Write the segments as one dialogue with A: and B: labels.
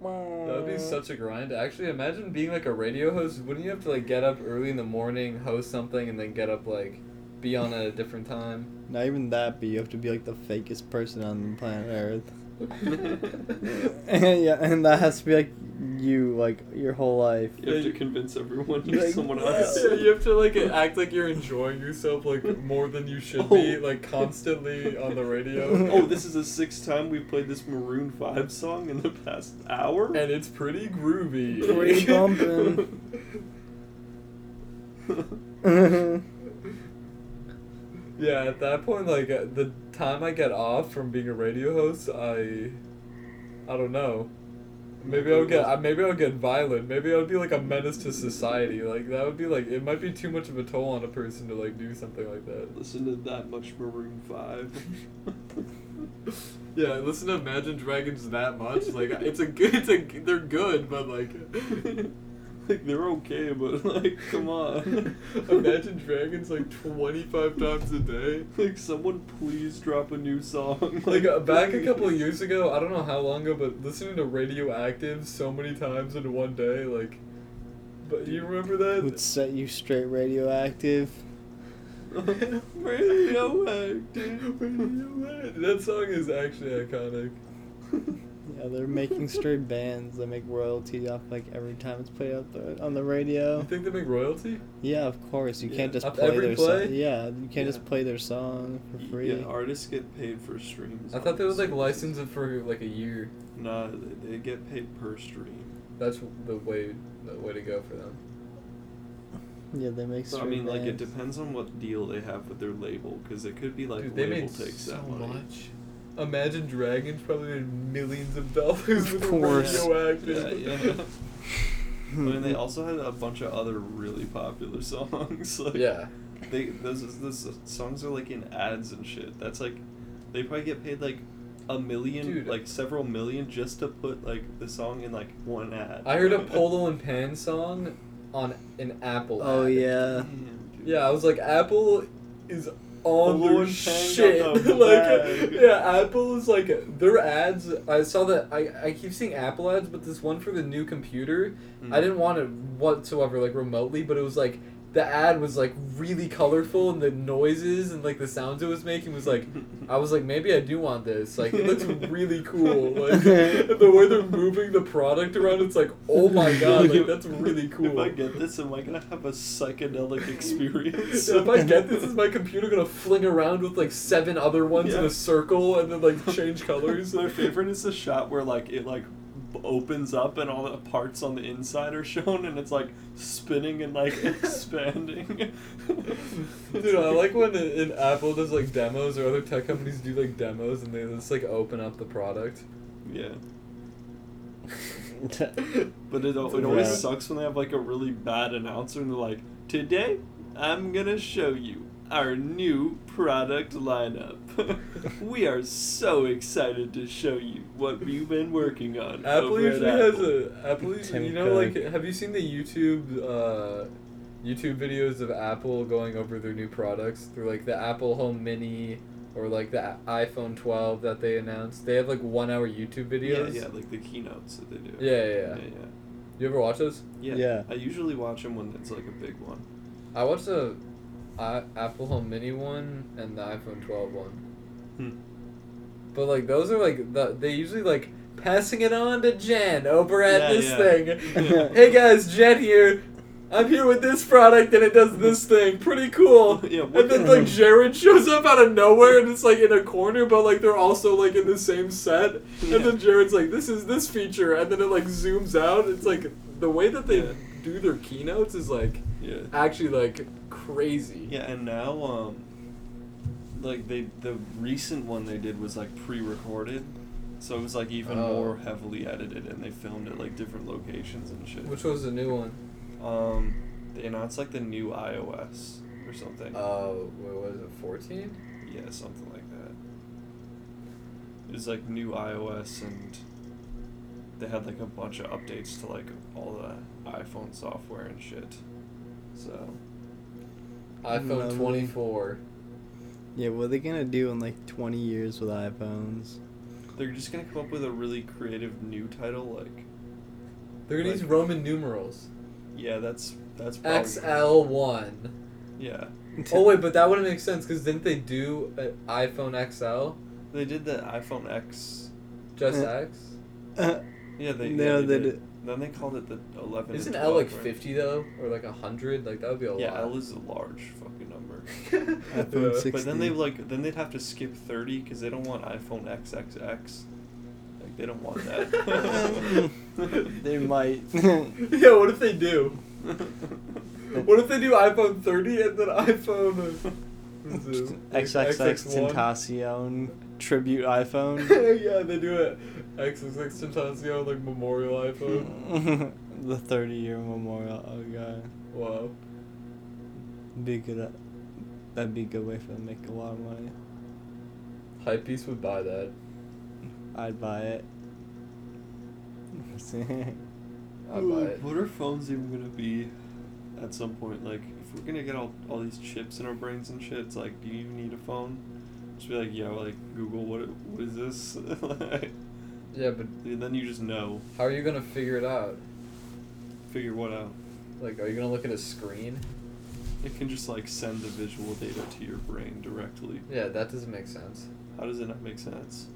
A: would be such a grind. Actually, imagine being like a radio host. Wouldn't you have to like get up early in the morning, host something, and then get up like be on at a different time?
B: Not even that, but you have to be like the fakest person on planet Earth. yeah, and that has to be like you, like your whole life.
C: You have to convince everyone you're
B: Like,
C: someone else.
A: yeah, you have to like act like you're enjoying yourself like more than you should be, like constantly on the radio.
C: Oh, this is the sixth time we've played this Maroon 5 song in the past hour?
A: and it's pretty groovy.
B: Pretty bumpin'.
A: Yeah, at that point, like uh, the time I get off from being a radio host, I, I don't know. Maybe I'll get I- maybe I'll get violent. Maybe I'll be like a menace to society. Like that would be like it might be too much of a toll on a person to like do something like that.
C: Listen to that much Maroon 5.
A: Yeah, listen to Imagine Dragons that much. Like it's a good, it's a they're good, but like
C: like, they're okay, but, like, come on.
A: Imagine Dragons like twenty five times a day.
C: Like, someone please drop a new song.
A: Like uh, back a
C: please.
A: couple of years ago, I don't know how long ago, but listening to Radioactive so many times in one day, like, but you remember
B: Would
A: that?
B: set you straight radioactive.
C: Radioactive.
A: Radioactive. That song is actually iconic.
B: Yeah, they're making straight bands that make royalty off like every time it's played out the, on the radio.
A: You think they make royalty?
B: Yeah, of course. You can't
C: Yeah.
B: just
A: Of
B: play
A: every
B: their
A: play?
B: song. Yeah, you can't just
C: Yeah.
B: play their song for free.
C: Yeah, artists get paid for streams.
A: I thought they would like license it for like a year.
C: Nah, they, they get paid per stream.
A: That's the way the way to go for them.
B: Yeah, they make
C: So
B: straight
C: I mean, like it
B: bands.
C: depends on what deal they have with their label, because it could be like
A: Dude, they
C: label
A: made
C: takes
A: so
C: that money.
A: much. Imagine Dragons probably made millions of dollars
B: Of
A: with
B: course.
C: Yeah,
A: Radioactive.
C: yeah. I mean, they also had a bunch of other really popular songs. Like,
A: yeah.
C: They those is- those songs are like in ads and shit. That's like, they probably get paid like a million,
A: Dude.
C: like several million, just to put like the song in like one ad.
A: I heard a Polo and Pan song on an Apple.
B: Oh
A: ad.
B: yeah.
C: Damn, dude.
A: Yeah, I was like, Apple is on
C: Polo
A: their
C: and Pan
A: shit.
C: got the
A: like,
C: bag.
A: yeah, Apple is like their ads. I saw that. I, I keep seeing Apple ads, but this one for the new computer, I
C: Mm.
A: didn't want it whatsoever, like remotely. But it was like the ad was like really colorful, and the noises and like the sounds it was making was like. I was like, maybe I do want this. Like, it looks really cool. Like, the way they're moving the product around, it's like, oh my god, like that's really cool.
C: If I get this, am I gonna have a psychedelic experience?
A: if I get this, is my computer gonna fling around with like seven other ones in
C: Yeah.
A: a circle and then like change colors?
C: My favorite is the shot where like it like b- opens up and all the parts on the inside are shown and it's like spinning and like expanding.
A: Dude, I like when in Apple does like demos or other tech companies do like demos and they just like open up the product.
C: Yeah,
A: yeah,
C: but it, al-
A: It's a
C: it always
B: wrap.
C: sucks when they have like a really bad announcer and they're like, "Today, I'm gonna show you." Our new product lineup. we are so excited to show you what we've been working on.
A: Apple
C: over at
A: usually has a
B: Tim
A: Apple. Usually, you know, like
B: Cook.
A: have you seen the YouTube uh, YouTube videos of Apple going over their new products through like the Apple Home Mini or like the i- iPhone 12 that they announced? They have like one hour YouTube videos.
C: Yeah, yeah, like the keynotes that they do.
A: Yeah, yeah, yeah.
C: yeah.
A: You ever watch those?
C: Yeah.
B: Yeah.
C: I usually watch them when it's like a big one.
A: I watched the I, Apple Home Mini one and the iPhone 12 one.
C: Hmm.
A: But like those are like the, they usually like passing it on to Jen over at
C: Yeah,
A: this
C: yeah.
A: thing. hey guys, Jen here. I'm here with this product and it does this thing. Pretty cool.
C: Yeah, what
A: and then
C: the-
A: like Jared shows up out of nowhere and it's like in a corner, but like they're also like in the same set.
C: Yeah.
A: And then Jared's like, "This is this feature," and then it like zooms out. It's like the way that they
C: Yeah.
A: do their keynotes is like
C: Yeah.
A: actually like crazy.
C: Yeah, and now um like they the recent one they did was like pre-recorded. So it was like even
A: Oh.
C: more heavily edited and they filmed at like different locations and shit.
A: Which was the new one?
C: um they announced like the new iOS or something.
A: Uh, what was it? Fourteen?
C: Yeah, something like that. It was like new iOS and they had like a bunch of updates to like all the iPhone software and shit. So
A: iPhone
B: Lovely.
A: twenty four.
B: Yeah, what are they gonna do in like 20 years with iPhones?
C: they're just gonna come up with a really creative new title like
A: They're gonna
C: Like- Oh,
A: use Roman numerals.
C: Yeah, that's that's probably
A: XL one.
C: Yeah,
A: Oh wait, but that wouldn't make sense because didn't they do an iPhone XL?
C: they did the iPhone X.
A: Just
B: Yeah.
A: X.
B: Uh,
C: Yeah, they.
B: No,
C: yeah, they
B: they
C: did. Then they called it the eleven. and
A: Isn't L like
C: 12, right?
A: fifty though, or like hundred? Like that would be a
C: Yeah,
A: lot.
C: L is a large fucking number.
B: iPhone
A: Yeah.
B: six.
C: But then they
B: 60.
C: like then they'd have to skip thirty because they don't want iPhone XXX. Like they don't want that.
B: They might.
A: yeah, what if they do? What if they do iPhone 30 and then iPhone uh, what is it?
B: XXX
A: XXX1?
B: Tentacion tribute iPhone.
A: yeah, they do it. XXX Tentacion like memorial iPhone.
B: the 30 year memorial. Oh god,
A: Wow.
B: be good. That'd be a good way for them to make a lot of money.
A: Hypebeast would buy that.
B: I'd buy it. Mm,
A: I'd buy
C: Ooh,
A: it.
C: What are phones even gonna be at some point? Like, if we're gonna get all, all these chips in our brains and shit, it's like, do you even need a phone? Just be like, yeah, like Google, what what is this? like,
A: Yeah, but
C: then you just know,
A: how are you gonna figure it out?
C: figure what out.
A: Like, are you gonna look at a screen?
C: It can just like send the visual data to your brain directly.
A: Yeah, that doesn't make sense.
C: How does it not make sense?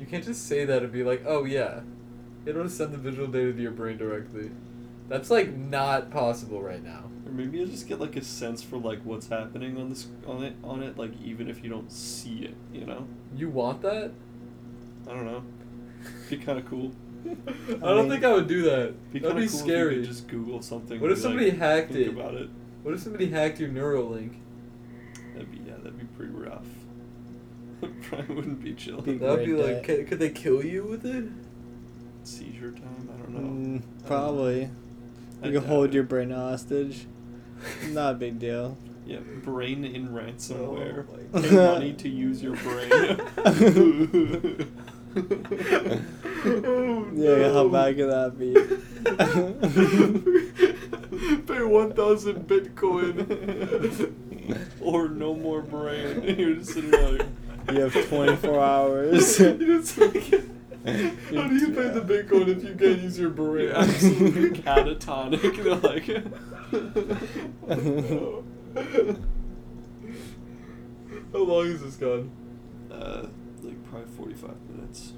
A: You can't just say that and be like, oh yeah, it'll send the visual data to your brain directly. That's like not possible right now.
C: Or maybe you'll just get like a sense for like what's happening on this on it on it, like even if you don't see it, you know?
A: You want that?
C: I don't know. Be kind of cool.
A: I, don't
B: mean-
A: think I would do that.
C: Be
A: That'd be
C: kinda cool if you
A: scary.
C: could just Google something.
A: What
C: and
A: if
C: be like,
A: somebody hacked
C: think
A: it?
C: about it.
A: What if somebody hacked your Neuralink?
C: That'd be yeah. That'd be pretty rough. Probably wouldn't be chill.
B: Be-
A: That would be
B: Red
A: like,
B: dot.
A: could, could they kill you with it?
C: Seizure time. I don't know.
B: Mm, probably.
C: I
B: You can
C: doubt
B: hold
C: it.
B: your brain hostage. Not a big deal.
C: yeah brain in ransomware.
A: Oh
B: my
C: Pay
B: God.
C: money to use your brain.
A: Oh,
B: Yeah, how
A: no.
B: bad could that be?
C: Pay 1,000 Bitcoin or no more brain. You're just sitting there like.
B: You have 24 hours.
A: It's like, how do you pay the Bitcoin if you can't use your brain?
C: You're absolutely catatonic. They're like.
A: No. How long is this gone?
C: uh, like probably 45 minutes.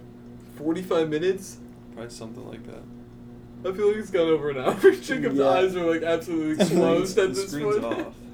A: 45 minutes?
C: Probably something like that.
A: I feel like it's gone over an hour. Jacob's
B: Yeah.
A: eyes are like absolutely closed
C: The
A: at this
C: screen's
A: point.
C: off.